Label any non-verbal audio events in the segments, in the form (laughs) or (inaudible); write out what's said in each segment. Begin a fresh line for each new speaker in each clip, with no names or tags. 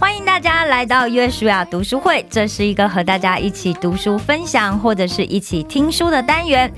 欢来到约书亚读书会，这是一个和大家一起读书、分享或者是一起听书的单元。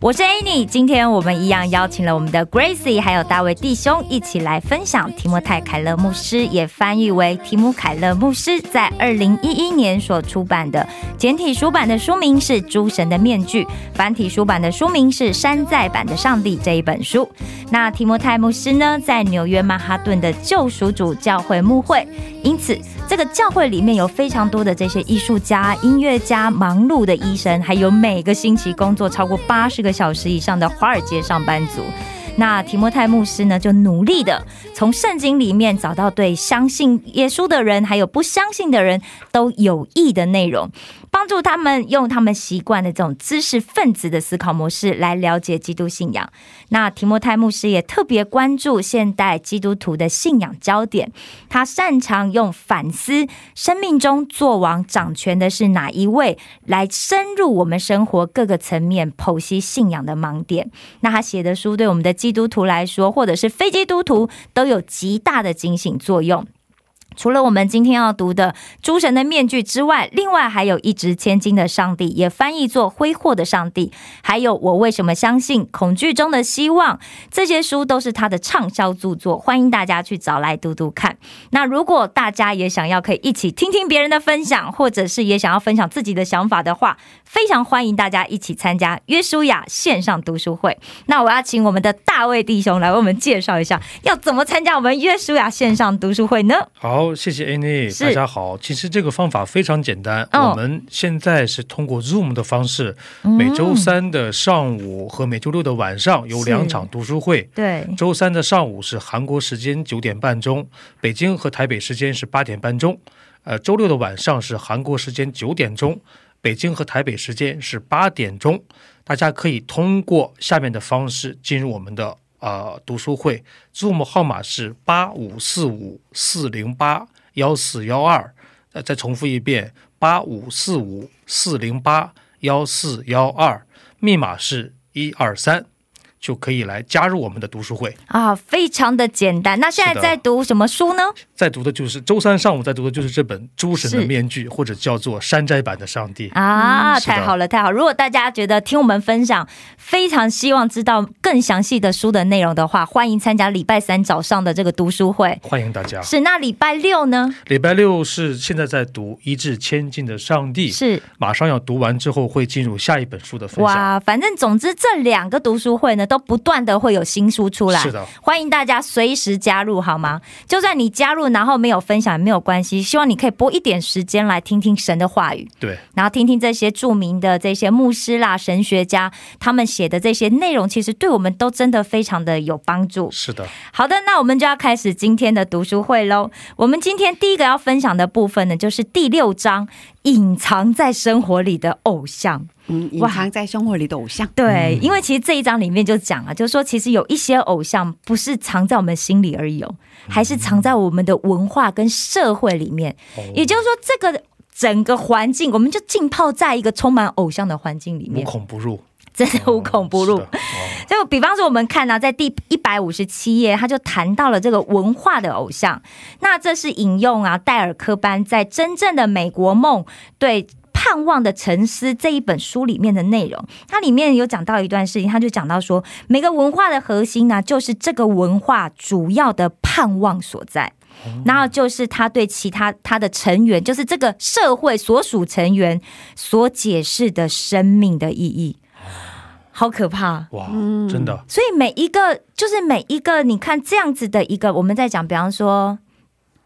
我是 Annie，今天我们一样邀请了我们的 Gracie 还有大卫弟兄一起来分享提摩太·凯勒牧师，也翻译为提姆·凯勒牧师在二零一一年所出版的简体书版的书名是《诸神的面具》，繁体书版的书名是《山寨版的上帝》这一本书。那提摩太牧师呢，在纽约曼哈顿的救赎主教会牧会，因此这个教会里面有非常多的这些艺术家、音乐家、忙碌的医生，还有每个星期工作超过八十个小时以上的华尔街上班族。那提摩太牧师呢，就努力的从圣经里面找到对相信耶稣的人，还有不相信的人都有益的内容，帮助他们用他们习惯的这种知识分子的思考模式来了解基督信仰。那提摩太牧师也特别关注现代基督徒的信仰焦点，他擅长用反思生命中作王掌权的是哪一位，来深入我们生活各个层面剖析信仰的盲点。那他写的书对我们的基督徒来说，或者是非基督徒，都有极大的警醒作用。除了我们今天要读的《诸神的面具》之外，另外还有一掷千金的上帝，也翻译作《挥霍的上帝》，还有《我为什么相信恐惧中的希望》。这些书都是他的畅销著作，欢迎大家去找来读读看。那如果大家也想要可以一起听听别人的分享，或者是也想要分享自己的想法的话，非常欢迎大家一起参加约书亚线上读书会。那我要请我们的大卫弟兄来为我们介绍一下，要怎么参加我们约书亚线上读书会呢？
好，谢谢 Annie，
是
大家好。其实这个方法非常简单，
哦嗯
我们现在是通过 Zoom 的方式，每周三的上午和每周六的晚上有
是
两场读书会。
对，
周三的上午是韩国时间九点半钟，北京和台北时间是八点半钟。呃，周六的晚上是韩国时间九点钟，北京和台北时间是八点钟。大家可以通过下面的方式进入我们的呃读书会，Zoom 号码是八五四五四零八幺四幺二。呃，再重复一遍，八五四五四零八幺四幺二，密码是一二三。就可以来加入我们的读书会。
啊，非常的简单。那现在
是的
在读什么书呢？
在读的就是周三上午在读的就是这本《诸神的
是
面具》，或者叫做《山寨版的上帝》。
啊，
嗯是的
太好了，太好！如果大家觉得听我们分享非常希望知道更详细的书的内容的话，欢迎参加礼拜三早上的这个读书会。
欢迎大家。
是，那礼拜六呢？
礼拜六是现在在读《一掷千金的上帝》，
是
马上要读完之后会进入下一本书的嗯分享。
哇，反正总之这两个读书会呢，都不断的会有新书出来。
是的，
欢迎大家随时加入，好吗？就算你加入然后没有分享也没有关系，希望你可以拨一点时间来听听神的话语。
对，
然后听听这些著名的这些牧师啦、神学家他们写的这些内容，其实对我们都真的非常的有帮助。
是的，
好的，那我们就要开始今天的读书会喽。我们今天第一个要分享的部分呢，就是第六章“隐藏在生活里的偶像”。
嗯，隐
哇
藏在生活里的偶像，
对，因为其实这一章里面就讲啊，就是说其实有一些偶像不是藏在我们心里而已哦，还是藏在我们的文化跟社会里面。
哦
也就是说，这个整个环境，我们就浸泡在一个充满偶像的环境里
无
面，
孔不入，
真的 (laughs) 无孔不入
是。的哦
就比方说，我们看啊到、在第一百五十七页，他就谈到了这个文化的偶像。那这是引用啊戴尔科班在《真正的美国梦》对。盼望的沉思这一本书里面的内容，它里面有讲到一段事情，他就讲到说，每个文化的核心呢、就是这个文化主要的盼望所在，然后就是他对其他他的成员，就是这个社会所属成员所解释的生命的意义，好可怕。啊
哇，
嗯
真的，
所以每一个就是每一个，你看这样子的一个，我们在讲，比方说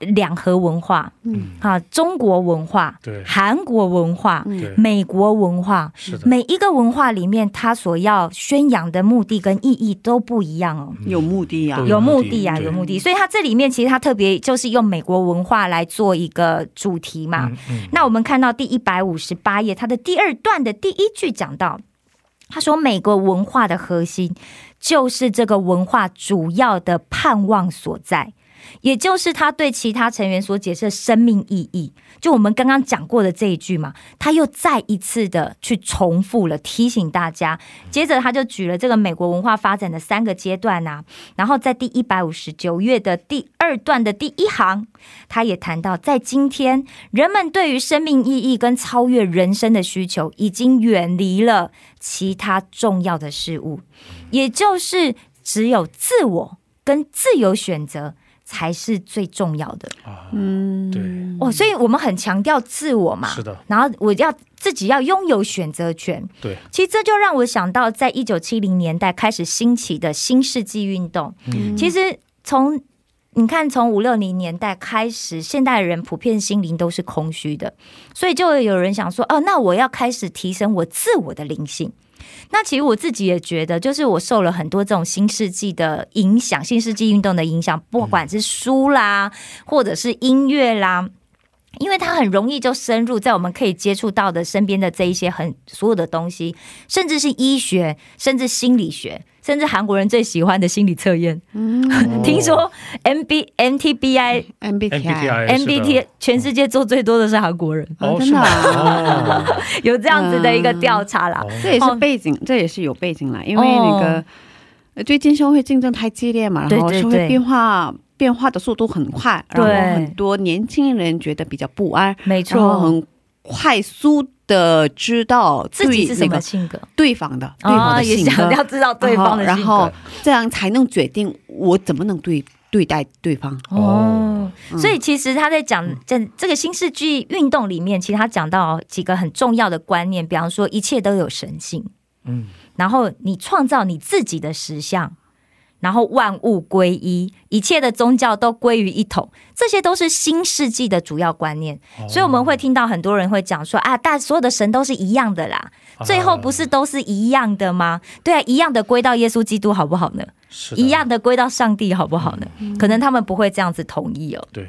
两河文化，嗯
嗯，
啊，中国文化，
对
韩国文化，
嗯
对，
美国文化，
是的，
每一个文化里面，它所要宣扬的目的跟意义都不一样哦。
有目的啊
都，
有
有
目
目
的
的
啊，
嗯对
有目的，所以它这里面其实它特别就是用美国文化来做一个主题嘛。
嗯嗯，
那我们看到第一百五十八页，它的第二段的第一句讲到，他说每个文化的核心就是这个文化主要的盼望所在。也就是他对其他成员所解释的生命意义。就我们刚刚讲过的这一句嘛，他又再一次的去重复了，提醒大家。接着他就举了这个美国文化发展的三个阶段啊，然后在第一百五十九页的第二段的第一行，他也谈到，在今天，人们对于生命意义跟超越人生的需求已经远离了其他重要的事物，也就是只有自我跟自由选择才是最重要的。
啊，
嗯，
对，
哦，所以我们很强调自我嘛，
是的，
然后我要自己要拥有选择权。
对，
其实这就让我想到，在一九七零年代开始兴起的新世纪运动。
嗯
其实从你看，从五六零年代开始，现代人普遍心灵都是空虚的，所以就有人想说，哦，那我要开始提升我自我的灵性。那其实我自己也觉得，就是我受了很多这种新世纪的影响，新世纪运动的影响，不管是书啦，或者是音乐啦。因为它很容易就深入在我们可以接触到的身边的这一些很所有的东西，甚至是医学，甚至心理学，甚至韩国人最喜欢的心理测验。
哦
(laughs) 听说哎 MB MTBI 啊
MBTI，
MBTI 嗯哎是的
MBT 全世界做最多的是韩国人，
啊哦，
真
是
的
吗？
啊
哦
有这样子的一个调查啦。
这也是背景，
哦
这也是有背景啦，因为那个、呃最近社会竞争太激烈嘛，
对
然后
对
社
对
会变化变化的速度很快，然后
对
很多年轻人觉得比较不安，
没
然后
错，
很快速的知道
自己
对
是什
那
么
个
性格
对方的对
啊、
方的
也
性
想
格，
要知道对方的
然
性
后
格
然后这样才能决定我怎么能对对待对方。
然后
哦
哦。嗯
所以其实他在讲在这个新世纪运动里面，其实他讲到几个很重要的观念，比方说一切都有神性，
嗯，
然后你创造你自己的实相，然后万物归一，一切的宗教都归于一统，这些都是新世纪的主要观念。
哦
所以我们会听到很多人会讲说啊，大所有的神都是一样的啦，
啊
最后不是都是一样的吗？对啊，一样的归到耶稣基督好不好呢？
是的
一样的归到上帝好不好呢？可能他们不会这样子同意哦。
对，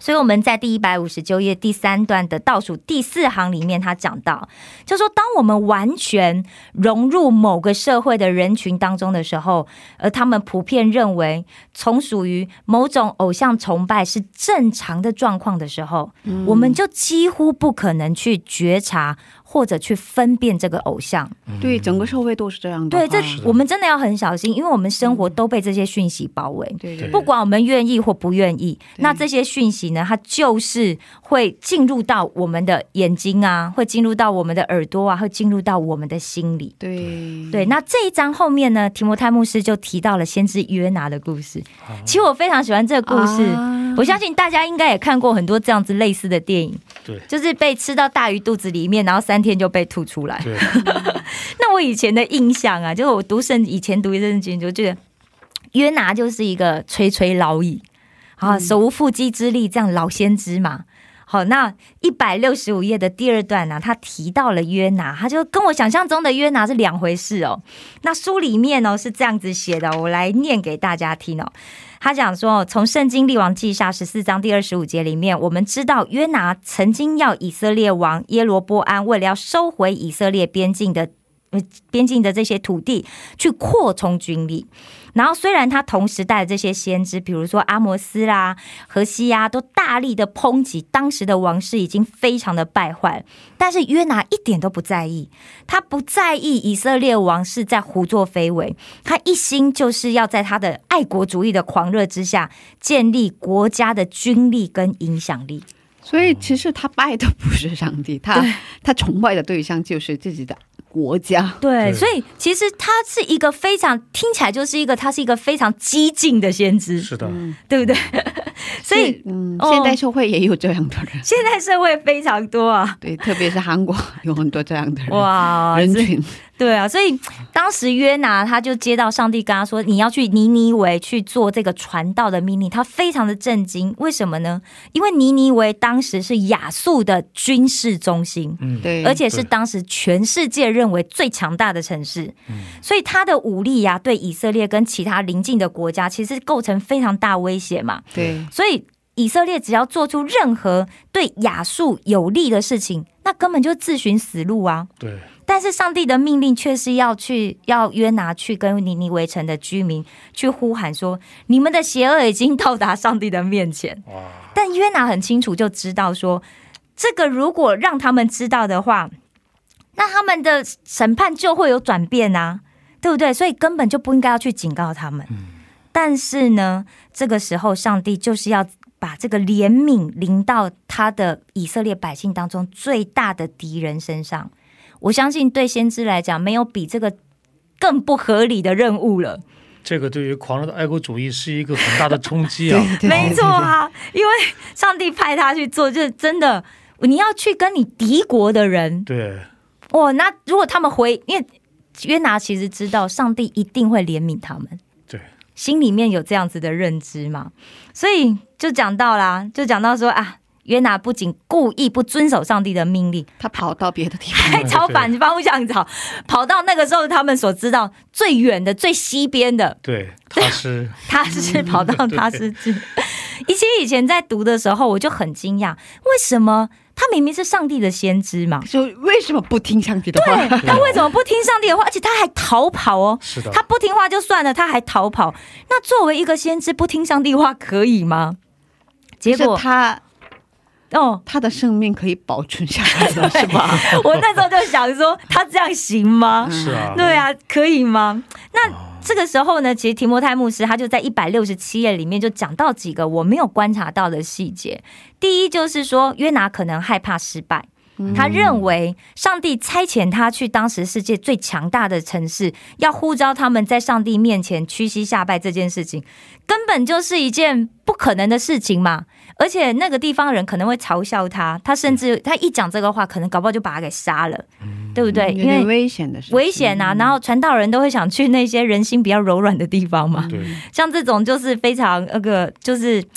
所以我们在第一百五十九页第三段的倒数第四行里面，他讲到，就说当我们完全融入某个社会的人群当中的时候，而他们普遍认为从属于某种偶像崇拜是正常的状况的时候，我们就几乎不可能去觉察或者去分辨这个偶像。
嗯
对整个社会都是这样的
对，
话。
这
的
我们真的要很小心，因为我们生活都被这些讯息包围。
对
对
对
不管我们愿意或不愿意，
对
那这些讯息呢，它就是会进入到我们的眼睛啊，会进入到我们的耳朵啊，会进入到我们的心里。
对
对，那这一章后面呢，提摩太牧师就提到了先知约拿的故事。其实我非常喜欢这个故事，
啊
我相信大家应该也看过很多这样子类似的电影，
对
就是被吃到大鱼肚子里面，然后三天就被吐出来。
对，
那我以前的印象啊，就是我读圣以前读圣经，就觉得约拿就是一个垂垂老矣啊，手无缚鸡之力，这样老先知嘛。好，那一百六十五页的第二段呢、啊他提到了约拿，他就跟我想象中的约拿是两回事哦。那书里面哦呢、是这样子写的，我来念给大家听哦。他讲说，从圣经列王记下十四章第二十五节里面，我们知道约拿曾经要以色列王耶罗波安为了要收回以色列边境的边境的这些土地去扩充军力。然后，虽然他同时代的这些先知，比如说阿摩斯啦、荷西呀，都大力的抨击当时的王室已经非常的败坏，但是约拿一点都不在意，他不在意以色列王是在胡作非为，他一心就是要在他的爱国主义的狂热之下，建立国家的军力跟影响力。
所以其实他拜的不是上帝，他他崇拜的对象就是自己的国家。
对，
对
所以其实他是一个非常听起来就是一个他是一个非常激进的先知，
是的，
对不对？所以
嗯，
哦
现代社会也有这样的人，
现在社会非常多
(laughs)
啊，
对，特别是韩国有很多这样的人
哇，
人群。
对啊，所以当时约拿他就接到上帝跟他说你要去尼尼微去做这个传道的命令，他非常的震惊，为什么呢？因为尼尼微当时是亚述的军事中心。
嗯，
对，
而且是
对
当时全世界认为最强大的城市，
嗯
所以他的武力呀、对以色列跟其他邻近的国家其实构成非常大威胁嘛。
对
所以以色列只要做出任何对亚述有利的事情，那根本就自寻死路啊！
对，
但是上帝的命令却是要去要约拿去跟尼尼围城的居民去呼喊说：“你们的邪恶已经到达上帝的面前。
哇”，
但约拿很清楚就知道说，这个如果让他们知道的话，那他们的审判就会有转变啊，对不对？所以根本就不应该要去警告他们。但是呢，这个时候上帝就是要把这个怜悯临到他的以色列百姓当中最大的敌人身上。我相信对先知来讲，没有比这个更不合理的任务了。
这个对于狂热的爱国主义是一个很大的冲击啊！
对
没错啊，因为上帝派他去做，就是真的，你要去跟你敌国的人
对，
哦。那如果他们回，因为约拿其实知道上帝一定会怜悯他们，
对，
心里面有这样子的认知嘛，所以就讲到啦，就讲到说啊，约拿不仅故意不遵守上帝的命令，
他跑到别的地方，
还朝反方向跑，跑到那个时候他们所知道最远的、最西边的，
对，他是
他是跑
嗯
到他是去。以前以前在读的时候，我就很惊讶，为什么他明明是上帝的先知嘛，
说为什么不听上帝的话？
对他为什么不听上帝的话，而且他还逃跑哦？
是
嗯
的，
他不听话就算了，他还逃跑。那作为一个先知，不听上帝话可以吗？结
是
果
他
哦，
他的生命可以保存下来的是
(laughs)
吧？嗯
我那时候就想说，他这样行吗？
是啊，
对啊，可以吗？那这个时候呢，其实提摩太牧师他就在一百六十七页里面就讲到几个我没有观察到的细节。第一就是说，约拿可能害怕失败，他认为上帝差遣他去当时世界最强大的城市，要呼召他们在上帝面前屈膝下拜这件事情，根本就是一件不可能的事情嘛。而且那个地方人可能会嘲笑他，他甚至他一讲这个话，可能搞不好就把他给杀了，对不对？因
有
为
点危险的事情，
危险啊！然后传道人都会想去那些人心比较柔软的地方嘛，
对，
像这种就是非常那个就是嘖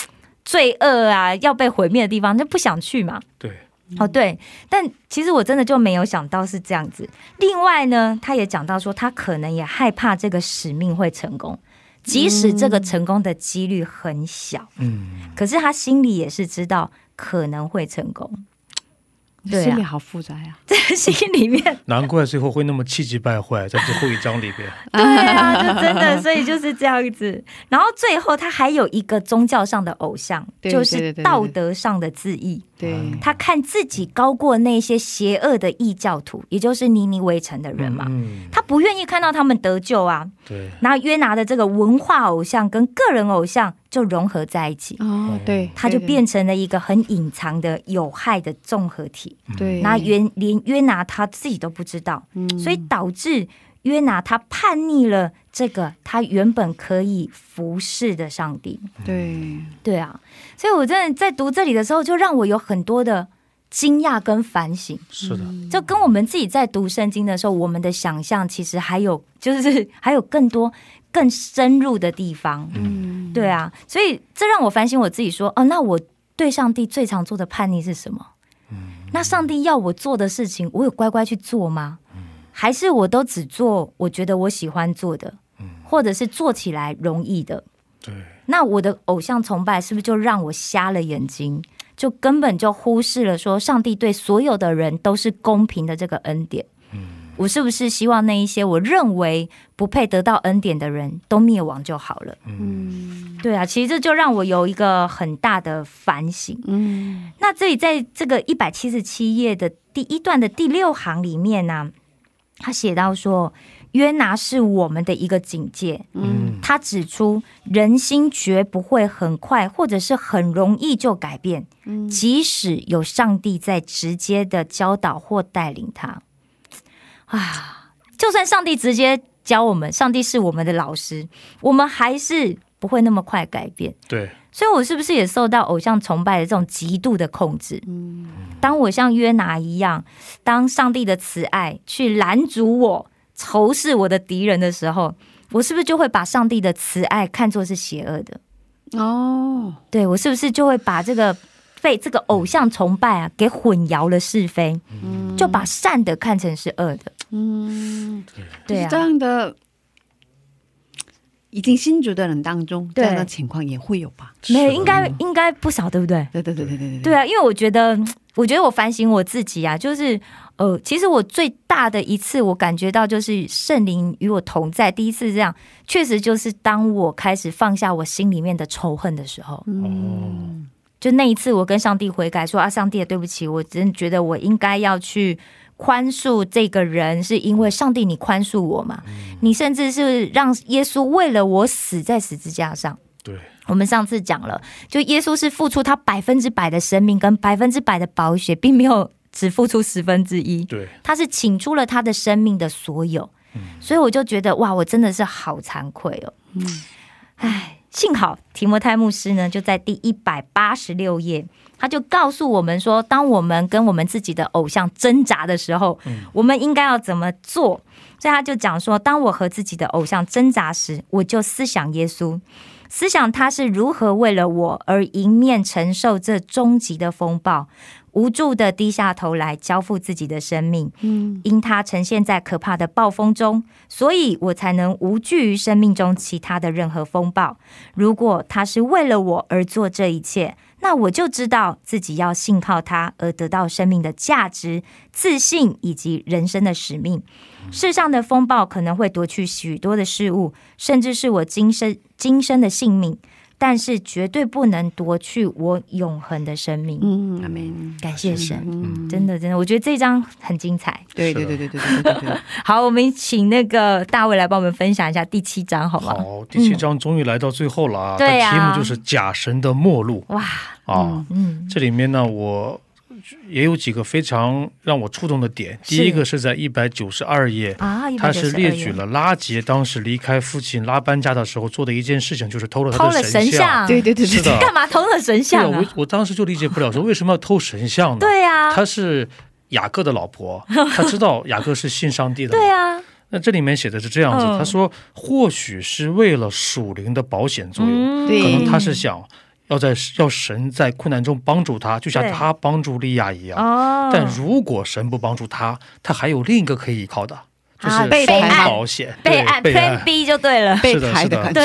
罪恶啊，要被毁灭的地方，就不想去嘛。
对，
哦，对，但其实我真的就没有想到是这样子。另外呢，他也讲到说，他可能也害怕这个使命会成功，即使这个成功的几率很小，
嗯，
可是他心里也是知道可能会成功， (laughs) 对啊
心里好复杂呀、
在心里面
难怪最后会那么气急败坏，在最后一章里
(laughs)
边，
对啊，就真的，所以就是这样
(laughs)
子。然后最后他还有一个宗教上的偶像，
对
就
对
是
对对对
道德上的自义。
对，
嗯
他看自己高过那些邪恶的异教徒，也就是尼尼微城的人嘛。
嗯，
他不愿意看到他们得救啊，
对，
然后约拿的这个文化偶像跟个人偶像就融合在一起，
哦，
嗯
对，
他就变成了一个很隐藏的有害的综合体。
对，
那约连约拿他自己都不知道，
嗯
所以导致约拿他叛逆了这个他原本可以服侍的上帝。
对，
对啊，所以我真的在读这里的时候，就让我有很多的惊讶跟反省。
是的，
就跟我们自己在读圣经的时候，我们的想象其实还有就是 (laughs) 还有更多更深入的地方。
嗯，
对啊，所以这让我反省我自己说，哦，那我对上帝最常做的叛逆是什么？那上帝要我做的事情，我有乖乖去做吗？还是我都只做我觉得我喜欢做的，或者是做起来容易的？
对，
那我的偶像崇拜是不是就让我瞎了眼睛，就根本就忽视了说上帝对所有的人都是公平的这个恩典？
嗯
我是不是希望那一些我认为不配得到恩典的人都灭亡就好了？
嗯
对啊，其实这就让我有一个很大的反省。
嗯，
那这里在这个一百七十七页的第一段的第六行里面呢、他写到说，约拿是我们的一个警戒。
嗯，
他指出，人心绝不会很快或者是很容易就改变，即使有上帝在直接的教导或带领他。啊，就算上帝直接教我们，上帝是我们的老师，我们还是不会那么快改变。
对，
所以我是不是也受到偶像崇拜的这种极度的控制？当我像约拿一样，当上帝的慈爱去拦阻我、仇视我的敌人的时候，我是不是就会把上帝的慈爱看作是邪恶的？
哦，
对我是不是就会把这个被这个偶像崇拜啊给混淆了是非，就把善的看成是恶的？
嗯，
对
这
啊，
样的已经信主的人当中，这样的
对
情况也会有吧？
没有，
是
应该应该不少，对不对？
对对对对对对
对啊，因为我觉得，我觉得我反省我自己啊，就是呃，其实我最大的一次，我感觉到就是圣灵与我同在。第一次这样，确实就是当我开始放下我心里面的仇恨的时候，
嗯，
就那一次，我跟上帝悔改说啊，上帝，对不起，我真的觉得我应该要去宽恕这个人，是因为上帝你宽恕我嘛，
嗯
你甚至是让耶稣为了我死在十字架上。
对，
我们上次讲了，就耶稣是付出他百分之百的生命跟百分之百的保险，并没有只付出十分之一，
对，
他是请出了他的生命的所有。所以我就觉得哇，我真的是好惭愧哦。唉，幸好提摩太牧师呢，就在第一百八十六页，他就告诉我们说，当我们跟我们自己的偶像挣扎的时候，我们应该要怎么做？所以他就讲说，当我和自己的偶像挣扎时，我就思想耶稣，思想他是如何为了我而迎面承受这终极的风暴，无助的低下头来交付自己的生命。
嗯，
因他呈现在可怕的暴风中，所以我才能无惧于生命中其他的任何风暴。如果他是为了我而做这一切，那我就知道自己要信靠他而得到生命的价值、自信以及人生的使命。世上的风暴可能会夺去许多的事物，甚至是我今生今生的性命，但是绝对不能夺去我永恒的生命。
嗯，阿门。
感谢神，
嗯，
真的真的，我觉得这一章很精彩。
对
是
对
的
对对对对对对，
好，我们请那个大卫来帮我们分享一下第七章，好吗？
好，第七章终于来到最后了
嗯
啊！
对呀
它题目就是假神的末路
哇，
啊。
嗯，
这里面呢，我也有几个非常让我触动的点。第一个是在一百九十二页，
啊，
他是列举
192
了拉杰当时离开父亲拉班家的时候做的一件事情，就是偷了
偷
他
了
的
神
像。
像，
对对对对
是
对，
的，
干嘛偷了神
对啊，
像啊
我？我当时就理解不了，说为什么要偷神像呢？
对啊呀，
她是雅各的老婆，她知道雅各是信上帝的嘛。
对啊呀，
那这里面写的是这样子，
嗯
他说或许是为了属灵的保险作用，
嗯
对
可能他是想要在要神在困难中帮助他，就像
对
他帮助利亚一样。
哦，
但如果神不帮助他，他还有另一个可以依靠的，就是
啊备
双
案
保险，
备
对
案
备
Plan
案，
B 就对了，
被
是的
抬
是
的
的
感觉，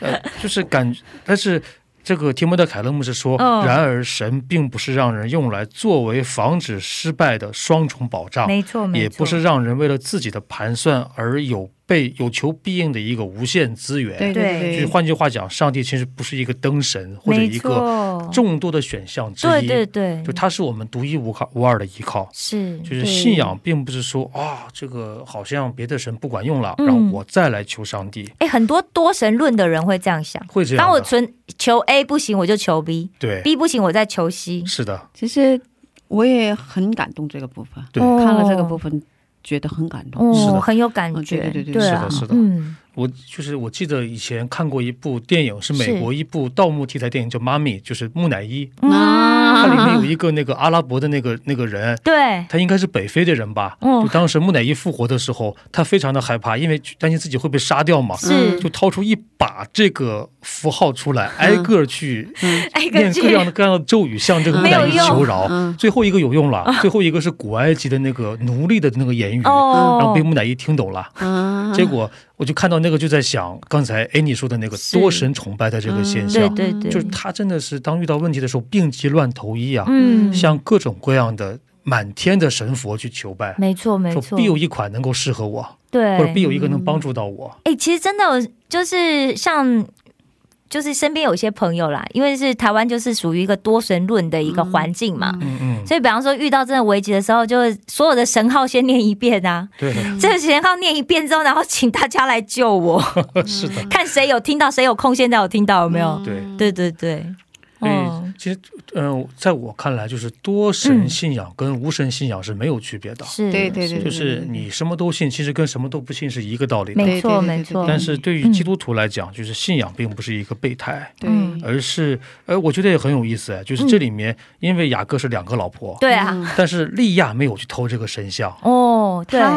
对，
呃，就是感，但是。这个提摩德·凯勒牧师说：“
嗯
然而，神并不是让人用来作为防止失败的双重保障，
没错没错，
也不是让人为了自己的盘算而有被有求必应的一个无限资源。
对
对
对
就是
对，
换句话讲，上帝其实不是一个灯神或者
没
一个
错，
众多的选项之
对
一，
对对，
就它是我们独一无靠无二的依靠。
是
就是
对
信仰，并不是说啊，这个好像别的神不管用了，
嗯
然后我再来求上帝，
哎，很多多神论的人会这样想。
会这样
当我
的。啊
存求 A 不行，我就求 B，B
对，
不行，我再求 C。
是的，
其实我也很感动这个部分，
对
哦
看了这个部，分觉得很感动，
是
哦，
的
很有感
嗯
觉，
对对对对
啊
是的是的
嗯，
我就是我记得以前看过一部电影，是
是
美国一部盗墓题材电影，叫《妈咪》，就是木乃伊，它
啊
里面有一个那个阿拉伯的那个那个人，
对，
他应该是北非的人吧？
嗯
就当时木乃伊复活的时候，他非常的害怕，因为担心自己会被杀掉嘛，
是
就掏出一把这个符号出来，
嗯
挨个儿去
哎，根
念各
据
样的各样的咒语，向这个木乃
没
伊
有用啊
求饶。
嗯，
最后一个有用了，最后一个是古埃及的那个奴隶的那个言语，然
哦，
后被木乃伊听懂了。
啊
结果我就看到那个，就在想刚才哎你说的那个
是
多神崇拜的这个现
嗯对
象，
对对，
就是他真的是当遇到问题的时候病急乱投医啊，
嗯，
向各种各样的满天的神佛去求拜，
没错没错
说必，有一款能够适合我，
对，
或者必有一个能帮助到我。
哎、其实真的有就是像。就是身边有些朋友啦，因为是台湾，就是属于一个多神论的一个环境嘛，
嗯
嗯嗯，
所以比方说遇到真的危机的时候，就是所有的神号先念一遍啊，
对，
(laughs)
嗯
这个神号念一遍之后，然后请大家来救
(laughs)
我，
是的，
看谁有听到，谁有空，现在有听到有没有？
对。
嗯
对对对，
所
哦
以，其实，嗯、在我看来，就是多神信仰跟无神信仰是没有区别的，
是，
对对对，
就
对
是你什么都信，其实跟什么都不信是一个道理的。
没错
对对对对
没错，
对
但是对于基督徒来讲，就是信仰并不是一个备胎，
对
嗯
而是，呃，我觉得也很有意思哎，就是这里面，因为雅各是两个老婆，
对啊，
嗯
但是利亚没有去偷这个神像，
哦，对，
他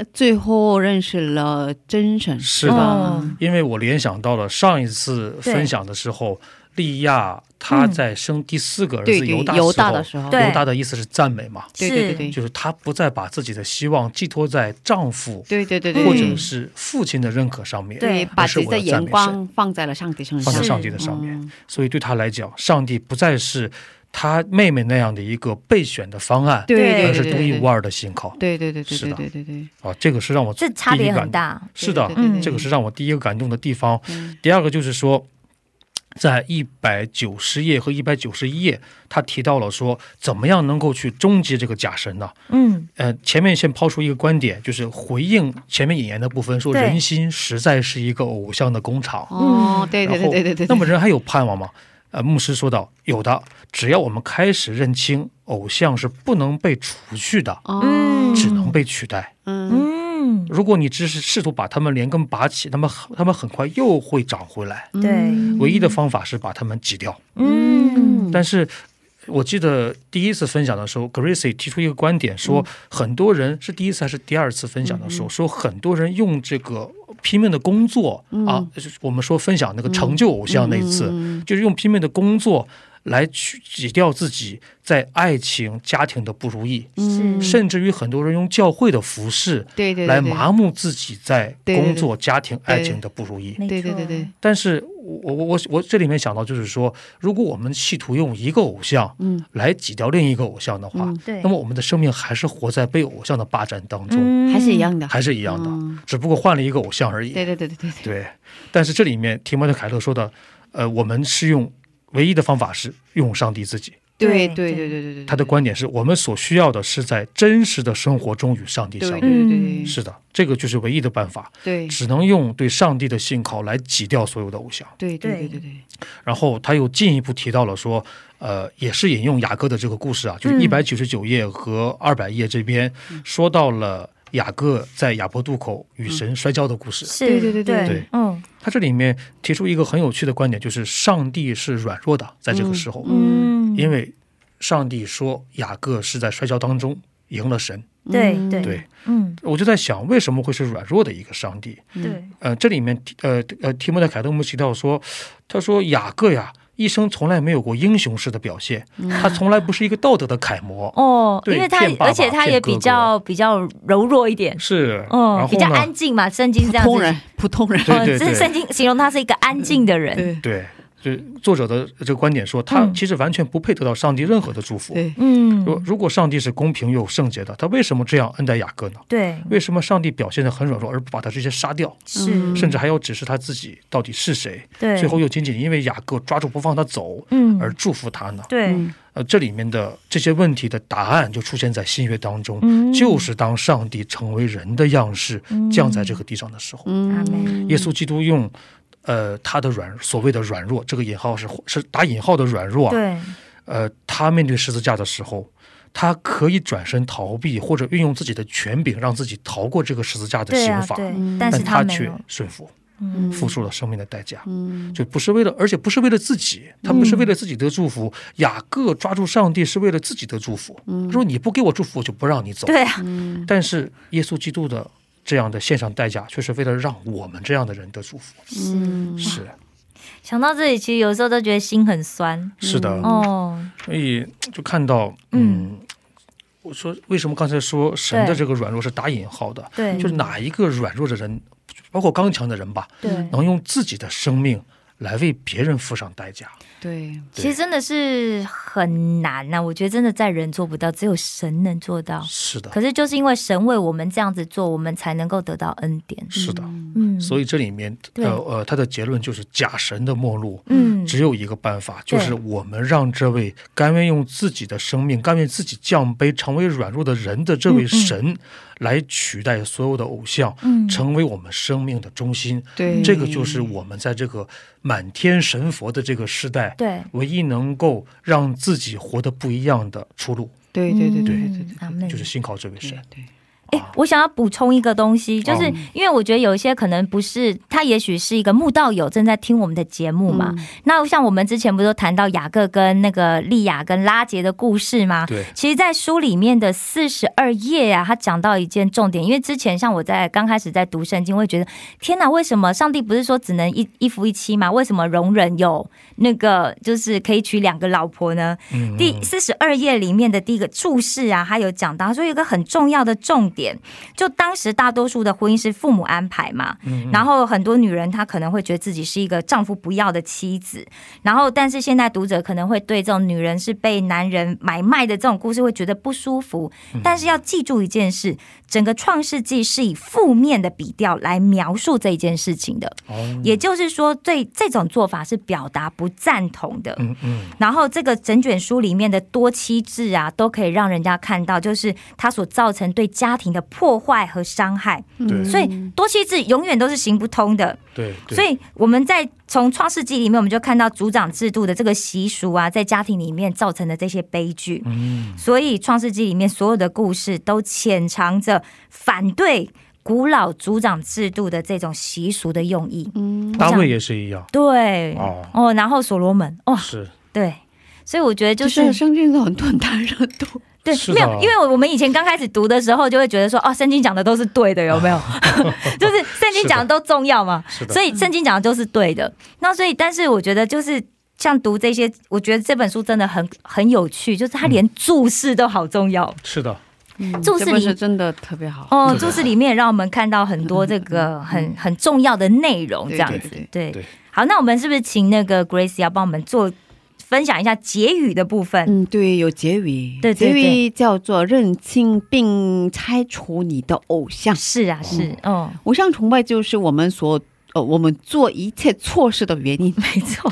他最后认识了真神，
是
吧？
哦
因为我联想到了上一次分享的时候，利亚她在生第四个儿
对
子
对，
犹大
犹
时
大
候
的，时候，
对
犹大的意思是赞美嘛，
对对对对
就是她不再把自己的希望寄托在丈夫
对对对对，
或者
对
是父亲的认可上面，
对
把
而是
自己
我
的
要赞
眼
美神，
光放在了上帝身
放在
上，
是
上帝的上面。
嗯
所以对她来讲，上帝不再是她妹妹那样的一个备选的方案，
对
对
而
对
是
对
独一
对
无二的信靠
对对对对
是
对
的
对对对，
啊！这个是让我
这差别很大，
是的
对嗯对对对
这个是让我第一个感动的地方。
嗯
第二个就是说，在一百九十页和一百九十一页，他提到了说，怎么样能够去终结这个假神呢？
嗯，
呃，前面先抛出一个观点，就是回应前面引言的部分，说
对
人心实在是一个偶像的工厂。
哦，对对对对对对，
那么人还有盼望吗？呃，牧师说道，有的，只要我们开始认清偶像是不能被除去的，
哦
嗯
只能被取代。
嗯
嗯，
如果你只是试图把他们连根拔起，那么他们很快又会长回来。
嗯
嗯对
唯一的方法是把他们挤掉。
嗯，
但是我记得第一次分享的时候，Gracie 提出一个观点，
嗯
说很多人是第一次还是第二次分享的时候，说很多人用这个拼命的工作、啊，就是我们说分享那个成就偶像那一次，
嗯
就是用拼命的工作来去挤掉自己在爱情、家庭的不如意，
嗯
甚至于很多人用教会的服饰
对对对
来麻木自己在
对对对
工作、家庭、爱
对
情的不如意。
没
对对
错
对对，
但是我我我我这里面想到就是说，如果我们企图用一个偶像
嗯
来挤掉另一个偶像的话，
嗯
对，
那么我们的生命还是活在被偶像的霸占当中，
嗯
还是一，样的，
还是一样的，
嗯
只不过换了一个偶像而已。
对对对对对对，
对但是这里面提摩太凯勒说的，呃，我们是用唯一的方法是用上帝自己。
对
对
对
对
对对对对，
他的观点是我们所需要的是在真实的生活中与上帝
对
相
对
遇。
对
嗯
对
是的，这个就是唯一的办法，
对
只能用对上帝的信靠来挤掉所有的偶像。
对对对对对，
然后他又进一步提到了说，呃，也是引用雅各的这个故事啊，就是一百九十九页和二百页这边、说到了雅各在雅伯渡口与神摔跤的故事。
是，
对对对
对
对
对
嗯
他这里面提出一个很有趣的观点，就是上帝是软弱的，在这个时候，
嗯，
因
为
为上帝说雅各是在摔跤当中赢了神。
对对
对
嗯
我就在想，为什么会是软弱的一个上帝？
对，
呃，这里面呃呃，提莫泰凯特姆提到说，他说雅各呀，一生从来没有过英雄式的表现，他从来不是一个道德的楷模，
嗯哦，
对
因为他
骗爸爸
而且他也比较比较柔弱一点，
是，
嗯
然，
比较
后呢
安，静嘛，圣经是
普
这样子
通，人普通
(laughs)
人，
对对
哦这
对
圣经形容他是一个安静的人，
对
对，就作者的这个观点说，他
嗯
其实完全不配得到上帝任何的祝福。
对
嗯，
如如果上帝是公平又圣洁的，他为什么这样恩待雅各呢？
对，
为什么上帝表现得很软弱，而不把他直接杀掉，
嗯
是，
甚至还要指示他自己到底是谁？
嗯对，
最后又仅仅因为雅各抓住不放他走
嗯
而祝福他呢？
对，
嗯
呃，这里面的这些问题的答案就出现在新约当中，
嗯
就是当上帝成为人的样式、
嗯
降在这个地上的时候，
阿
嗯
门，
耶稣基督用，呃，他的软所谓的软弱，这个引号是是打引号的软弱啊，
对，
呃，他面对十字架的时候，他可以转身逃避或者运用自己的权柄让自己逃过这个十字架的
对
刑
啊，
罚，
对
嗯，
但
但
是他没
却
有，
顺服，
嗯
付出了生命的代价。
嗯
就不是为了，而且不是为了自己，他不是为了自己得祝福。雅各抓住上帝是为了自己得祝福，他说你不给我祝福，我就不让你走。
对啊，
嗯
但是耶稣基督的这样的献上代价，却是为了让我们这样的人得祝福。
嗯
是
想到这里，其实有时候都觉得心很酸，
是的，
哦，
所以就看到，
嗯
嗯，我说为什么刚才说神的这个软弱是打引号的，
对，
就是哪一个软弱的人，包括刚强的人吧，
对，
能用自己的生命来为别人付上代价。
对
其实真的是很难呐、我觉得真的在人做不到，只有神能做到。
是的，
可是就是因为神为我们这样子做，我们才能够得到恩典。
是的。
嗯，
所以这里面，
对
呃呃，他的结论就是假神的末路。
嗯，
只有一个办法，
对
就是我们让这位甘愿用自己的生命、甘愿自己降卑、成为软弱的人的这位神，来取代所有的偶像，
嗯
成为我们生命的中心。
对，
这个就是我们在这个满天神佛的这个时代，
对
唯一能够让自己活得不一样的出路，
对对对对对对
嗯阿妹
就是信靠这位
对
神。
对，
哎，我想要补充一个东西，就是
哦
因为我觉得有一些可能不是他，也许是一个慕道友正在听我们的节
嗯
目嘛。那像我们之前不是都谈到雅各跟那个利亚跟拉杰的故事吗？
对，
其实，在书里面的四十二页呀、他讲到一件重点，因为之前像我在刚开始在读圣经，会觉得天哪，为什么上帝不是说只能一一夫一妻吗？为什么容忍有那个就是可以娶两个老婆呢？
嗯，
第四十二页里面的第一个注释啊，他有讲到，他说有一个很重要的重点，就当时大多数的婚姻是父母安排嘛，
嗯
然后很多女人她可能会觉得自己是一个丈夫不要的妻子，然后但是现在读者可能会对这种女人是被男人买卖的这种故事会觉得不舒服，但是要记住一件事，整个创世纪是以负面的笔调来描述这一件事情的，
哦，
也就是说，对这种做法是表达不赞同的。
嗯嗯，
然后这个整卷书里面的多妻制啊，都可以让人家看到，就是它所造成对家庭的破坏和伤害。
对
嗯所以多妻制永远都是行不通的。
对，对
所以我们在从创世纪里面，我们就看到族长制度的这个习俗啊，在家庭里面造成的这些悲剧。
嗯，
所以创世纪里面所有的故事都潜藏着反对古老族长制度的这种习俗的用意。
嗯，
大卫也是一样，
对，
哦
哦，然后所罗门，哇、
是
对，所以我觉得就
就是是圣经都很多很 (laughs) 大热度，
对，
是的
没有，因为我们以前刚开始读的时候，就会觉得说，哦，圣经讲的都是对的，有没有？ (laughs) 就是圣经讲的都重要嘛，
是的，
所以圣经讲的都是对的。那所以，但是我觉得就是像读这些，我觉得这本书真的很很有趣，就是它连注释都好重要。
是的，
注释
这本
里
是真的特别好。
哦，
对
注释里面也让我们看到很多这个很很重要的内容，这
对
样
对
子嗯
对。
对
对，
好，那我们是不是请那个 Grace 要帮我们做分享一下结语的部分？哦
嗯，对，有结语，
对对对
结语叫做认清并拆除你的偶像。
是啊，是，哦，
偶像崇拜就是我们所呃，我们做一切错事的原因。 (laughs)
没错，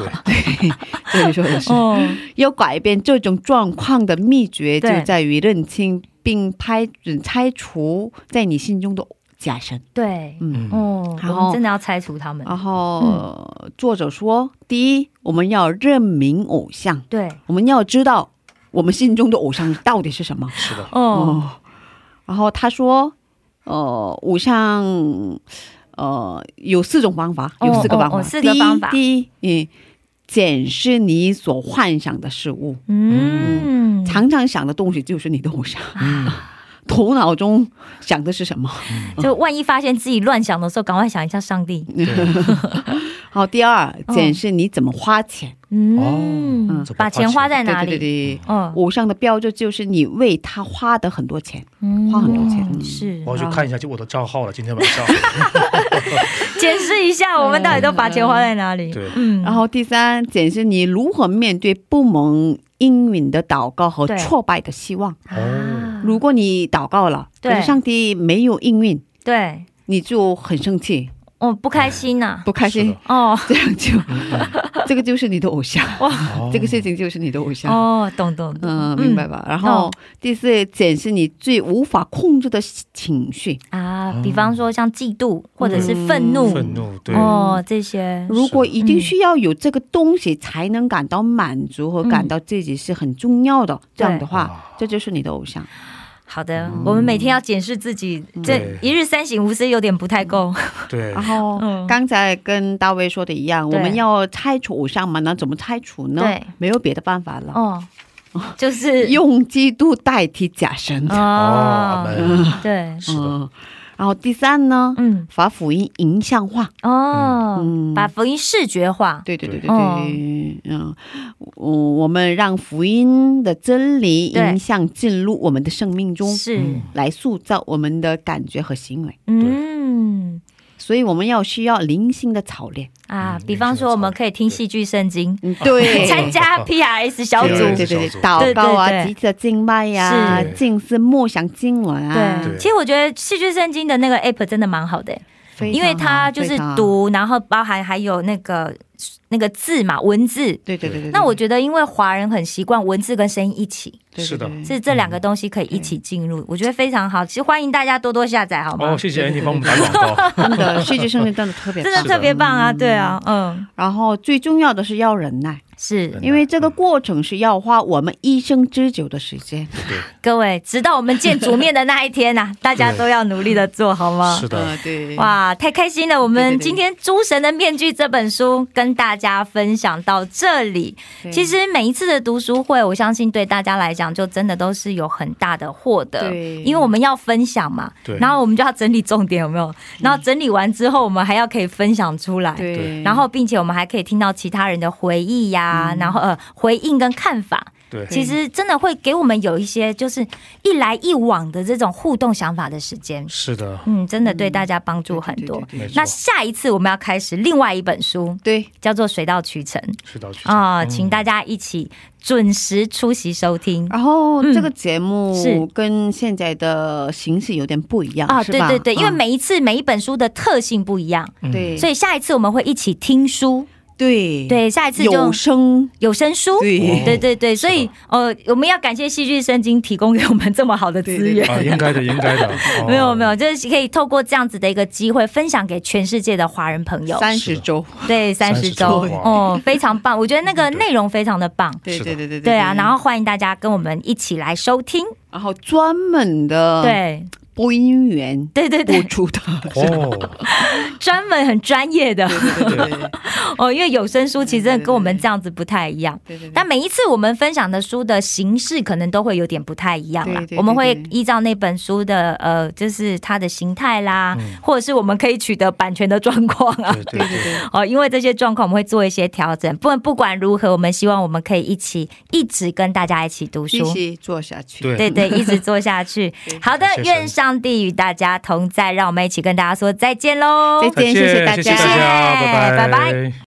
这里说的是，
哦，
要改变这种状况的秘诀就
对
在于认清并拍拆除在你心中的假神。
对，
嗯，
嗯，
哦，我
然
们
后
真的要拆除他们。
然后、呃作者说，第一，我们要认明偶像，
对，
我们要知道我们心中的偶像到底是什么。
是 (laughs) 的，
哦，
哦，然后他说，呃，偶像，呃，有四种方法，有
哦
四个方法，
哦哦四个方法
第一，第一嗯，检视你所幻想的事物，
嗯，啊
常常想的东西就是你的偶像，
嗯，
(laughs) 头脑中想的是什么？
就万一发现自己乱想的时候，赶快想一下上帝。
对，
好，第二，
哦
检视你怎么花钱，
嗯
哦，
把钱花在
对
哪
对对
里？
对。
哦，
偶像的标志就是你为他花的很多钱，
嗯
花很多钱嗯
是
我要去看一下就我的账号了，今天晚 (laughs) 上，
检视一下我们到底都把钱花在哪里。
对，
嗯，
然后第三，检视你如何面对不蒙应允的祷告和
对
挫败的希望。
哦
啊
如果你祷告了，
对
可是上帝没有应允，
对，
你就很生气、
哦，不开心呐。
不开
是
心
的，嗯
哦
(laughs) 这样就 (laughs) 这个就是你的偶像，
哦
这个事情就是你的偶像。
哦，懂懂懂，
嗯，明白吧？然
哦
后第四，检视你最无法控制的情绪。
啊。比方说像嫉妒或者是愤怒，
愤怒，对，
哦，这些
如果一定
嗯
需要有这个东西才能感到满足和
嗯
感到自己是很重要的，这样的话
哇，
这就是你的偶像。
好的，我们每天要检视自己，这
对
一日三省吾身有点不太够。
对
然，后
嗯
刚才跟大卫说的一样，
对
我们要拆除偶像嘛，那怎么拆除呢
对？
没有别的办法了。
哦，就是
用基督代替假神。
哦，阿
哦，
门，
对，
是的，
嗯，然后第三呢，
嗯，
把福音影像化。
哦，
嗯
把福音视觉化，
对对对对
对
对，嗯，我我们让福音的真理
对
影像进入我们的生命中，
是，
嗯
来塑造我们的感觉和行为。
嗯。
所以我们要需要灵性的操练。
啊
嗯，
比方说，我们可以听戏剧圣经，
嗯，
(laughs)
对 (laughs)
参加 PRS 小
小
组，
对对
组
对
小组，
对祷告
对对
啊，
对
集体的敬拜呀、
是
啊静思默想经文啊，
对
对，
其实我觉得戏剧圣经的那个 app 真的蛮好的，欸
非常
因为它
好
就是
非常好啊
读，然后包含还有那个那个字嘛，文字。
对对对对。对
那我觉得，因为华人很习惯文字跟声音一起，
对
是的
对
(laughs)
对
是这
嗯
两个东西可以一起进入，我觉得非常好。其实欢迎大家多多下载，好吗？
哦，谢谢 Andy 帮我们打广告。
真的戏剧生真的特别
真
棒。
的特别棒啊！对啊，嗯，
然后最重要的是要忍耐，
是
忍耐
因为这个过程是要花我们一生之久的时间。
各位，直到我们见煮面的那一天呐、啊
(laughs)
大家都要努力的做好吗？
是的，
呃，对，
哇，太开心了！我
对
们
对对
今天《诸神的面具》这本书跟大家分享到这里。
对，
其实每一次的读书会，我相信对大家来讲，就真的都是有很大的获得，
对
因为我们要分享嘛，
对
然后我们就要整理重点，有没有？然后整理完之后，我们还要可以分享出来。
对，
然后，并且我们还可以听到其他人的回忆呀、
嗯
然后呃回应跟看法，
对，
其实真的会给我们有一些就是一来一往的这种互动想法的时间，
是的，
嗯，真的对大家帮助
对
很
对
多。
对对
没错
那，下一次我们要开始另外一本书，
对，
叫做《水到渠成》
是的，去嗯
啊、
嗯
请大家一起准时出席收听。
然后
嗯
这个节
是
目跟现在的形式有点不一样，
啊，
是
对
吧
对对，因为
嗯
每一次每一本书的特性不一样，
嗯
对
所以下一次我们会一起听书，
对
对，下一次就
有声，
有声书，
对
对对对，所以呃，我们要感谢戏剧圣经提供给我们这么好的资源。
啊，应该的，应该 (laughs) 的，哦
没有没有，就是可以透过这样子的一个机会，分享给全世界的华人朋友。
三
是
十
的
周，
对，三十
30
周，
周哇
哦，非常棒，我觉得那个内容非常的棒。
对
是的
对对对
对啊，然后欢迎大家跟我们一起来收听。
嗯然后专门的
对，
播音员
对对
播
对，
出的，
哦，
专门很专业的
对对对对对
哦，因为有声书其实真的
对对对
跟我们这样子不太一样。
(laughs) 对对，
但每一次我们分享的书的形式可能都会有点不太一样啦
对对，对
我们会
对
依照那本书的呃，就是它的形态啦，
嗯
或者是我们可以取得版权的状况啊，
对 (laughs) 对
对对
对，
对
哦，因为这些状况我们会做一些调整。不不管如何，我们希望我们可以一起一直跟大家一起读
继
书。
续做下去，
对
对
(laughs)
对，一直做下去。好的
感，谢神
愿上帝与大家同在，让我们一起跟大家说再见喽！
再
再见
见，
谢谢大
谢谢大家，
家
谢谢拜
拜
拜